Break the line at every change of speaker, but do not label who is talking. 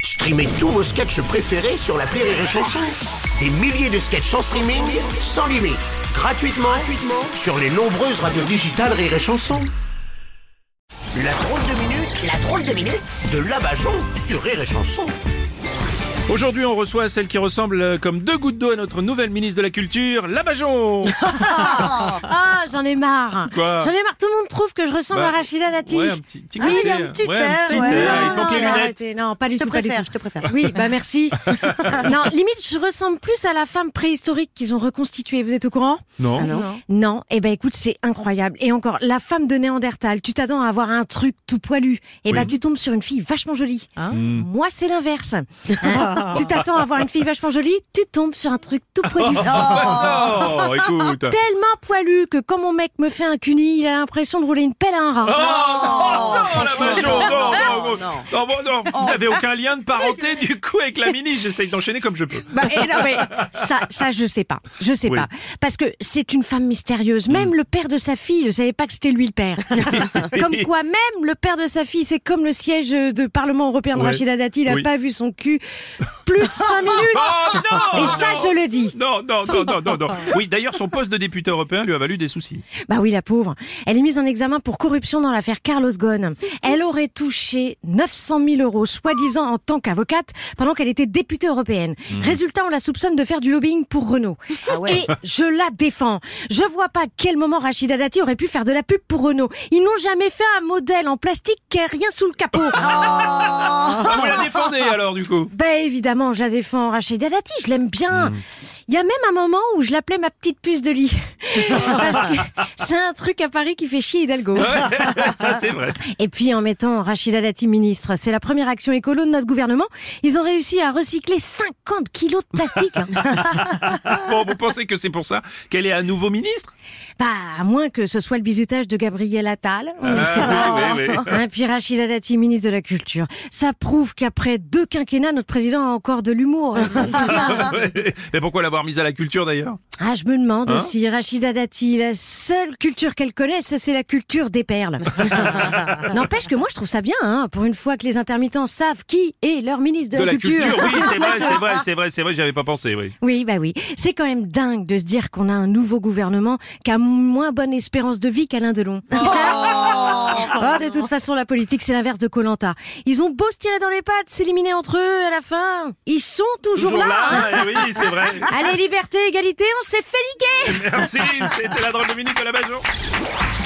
Streamez tous vos sketchs préférés sur la Rire et Chanson. Des milliers de sketchs en streaming, sans limite, gratuitement, gratuitement sur les nombreuses radios digitales Rire et Chanson. La drôle de minute, la drôle de minute de Labajon sur Rire et Chanson.
Aujourd'hui, on reçoit celle qui ressemble euh, comme deux gouttes d'eau à notre nouvelle ministre de la Culture,
Oh,
Labajon
Ah, j'en ai marre.
Quoi
J'en ai marre. Tout le monde trouve que je ressemble
Bah,
à Rachida Dati.
Ouais, un petit, petit
Ah,
côté,
il y a
euh,
un petit
ouais, un
air,
petit
ouais.
air, il
non,
manque les
mais
lunettes.
arrêtez, non, pas du
Je te
tout, pas
préfère,
du
je te préfère.
tout. Oui, bah merci. non, limite, je ressemble plus à la femme préhistorique qu'ils ont reconstituée. Vous êtes au courant
Non.
Ah Non. Eh ben écoute, c'est incroyable. Et encore, la femme de Néandertal, tu t'attends à avoir un truc tout poilu. Eh ben
Oui.
tu tombes sur une fille vachement jolie.
Ah.
Hmm.
Moi, c'est l'inverse. Hein tu t'attends à avoir une fille vachement jolie, tu tombes sur un truc tout poilu.
Oh, écoute
tellement poilu que quand mon mec me fait un cuni, il a l'impression de rouler une pelle à un
Oh,
rat.
non, Labajon, non, non, non,
non, non.
non, bon, non,
Oh.
vous n'avez aucun lien de parenté du coup avec la ministre, j'essaye d'enchaîner comme je peux.
Bah, et non, mais ça, ça, je sais pas. Je sais
Oui. Mm.
pas. Parce que c'est une femme mystérieuse. Même le père de sa fille, je savais pas que c'était lui le père. comme quoi, même le père de sa fille, c'est comme le siège de Parlement européen de
Ouais.
Rachida Dati, il a
Oui.
pas vu son cul plus de cinq minutes.
Oh, non
Et ça,
non.
je le dis.
Non, non, non,
Si.
non, non, non. Oui, d'ailleurs, son poste de député européen lui a valu des soucis.
Bah oui, la pauvre. Elle est mise en examen pour corruption dans l'affaire Carlos Ghosn. Elle aurait touché 900 000 euros, soi-disant en tant qu'avocate, pendant qu'elle était députée européenne. Résultat, on la soupçonne de faire du lobbying pour Renault. Et je la défends. Je vois pas à quel moment Rachida Dati aurait pu faire de la pub pour Renault. Ils n'ont jamais fait un modèle en plastique qui a rien sous le capot.
Ah, vous la défendez alors du coup
Bah évidemment, je la défends, Rachida Dati, je l'aime bien. Il y a même un moment où je l'appelais ma petite puce de lit. Parce que c'est un truc à Paris qui fait chier Hidalgo.
Ouais, Ça, c'est vrai.
Et puis en mettant Rachida Dati ministre, c'est la première action écolo de notre gouvernement. Ils ont réussi à recycler 50 kilos de plastique.
Bon, vous pensez que c'est pour ça qu'elle est à nouveau ministre
bah, à moins que ce soit le bizutage de Gabriel Attal. On ne
Ah,
sait pas.
oui, oui, oui.
Hein, puis Rachida Dati, ministre de la Culture. Ça prouve qu'après deux quinquennats, notre président a encore de l'humour.
Ouais. Mais pourquoi l'avoir mise à la culture d'ailleurs
Ah, je me demande
Hein
si Rachida Dati, la seule culture qu'elle connaisse, c'est la culture des perles. N'empêche que moi, je trouve ça bien, hein, pour une fois que les intermittents savent qui est leur ministre de,
oui, c'est vrai, c'est vrai, c'est vrai, c'est vrai, j'avais pas pensé, oui.
Oui, bah oui. C'est quand même dingue de se dire qu'on a un nouveau gouvernement qui a moins bonne espérance de vie qu'Alain Delon. Oh, de toute façon, la politique, c'est l'inverse de Colanta. Ils ont beau se tirer dans les pattes, s'éliminer entre eux à la fin. Ils sont toujours,
Toujours
là. hein.
là, oui, c'est vrai.
Allez, liberté, égalité, on s'est fait niquer
Merci, c'était la drôle de minute de la maison.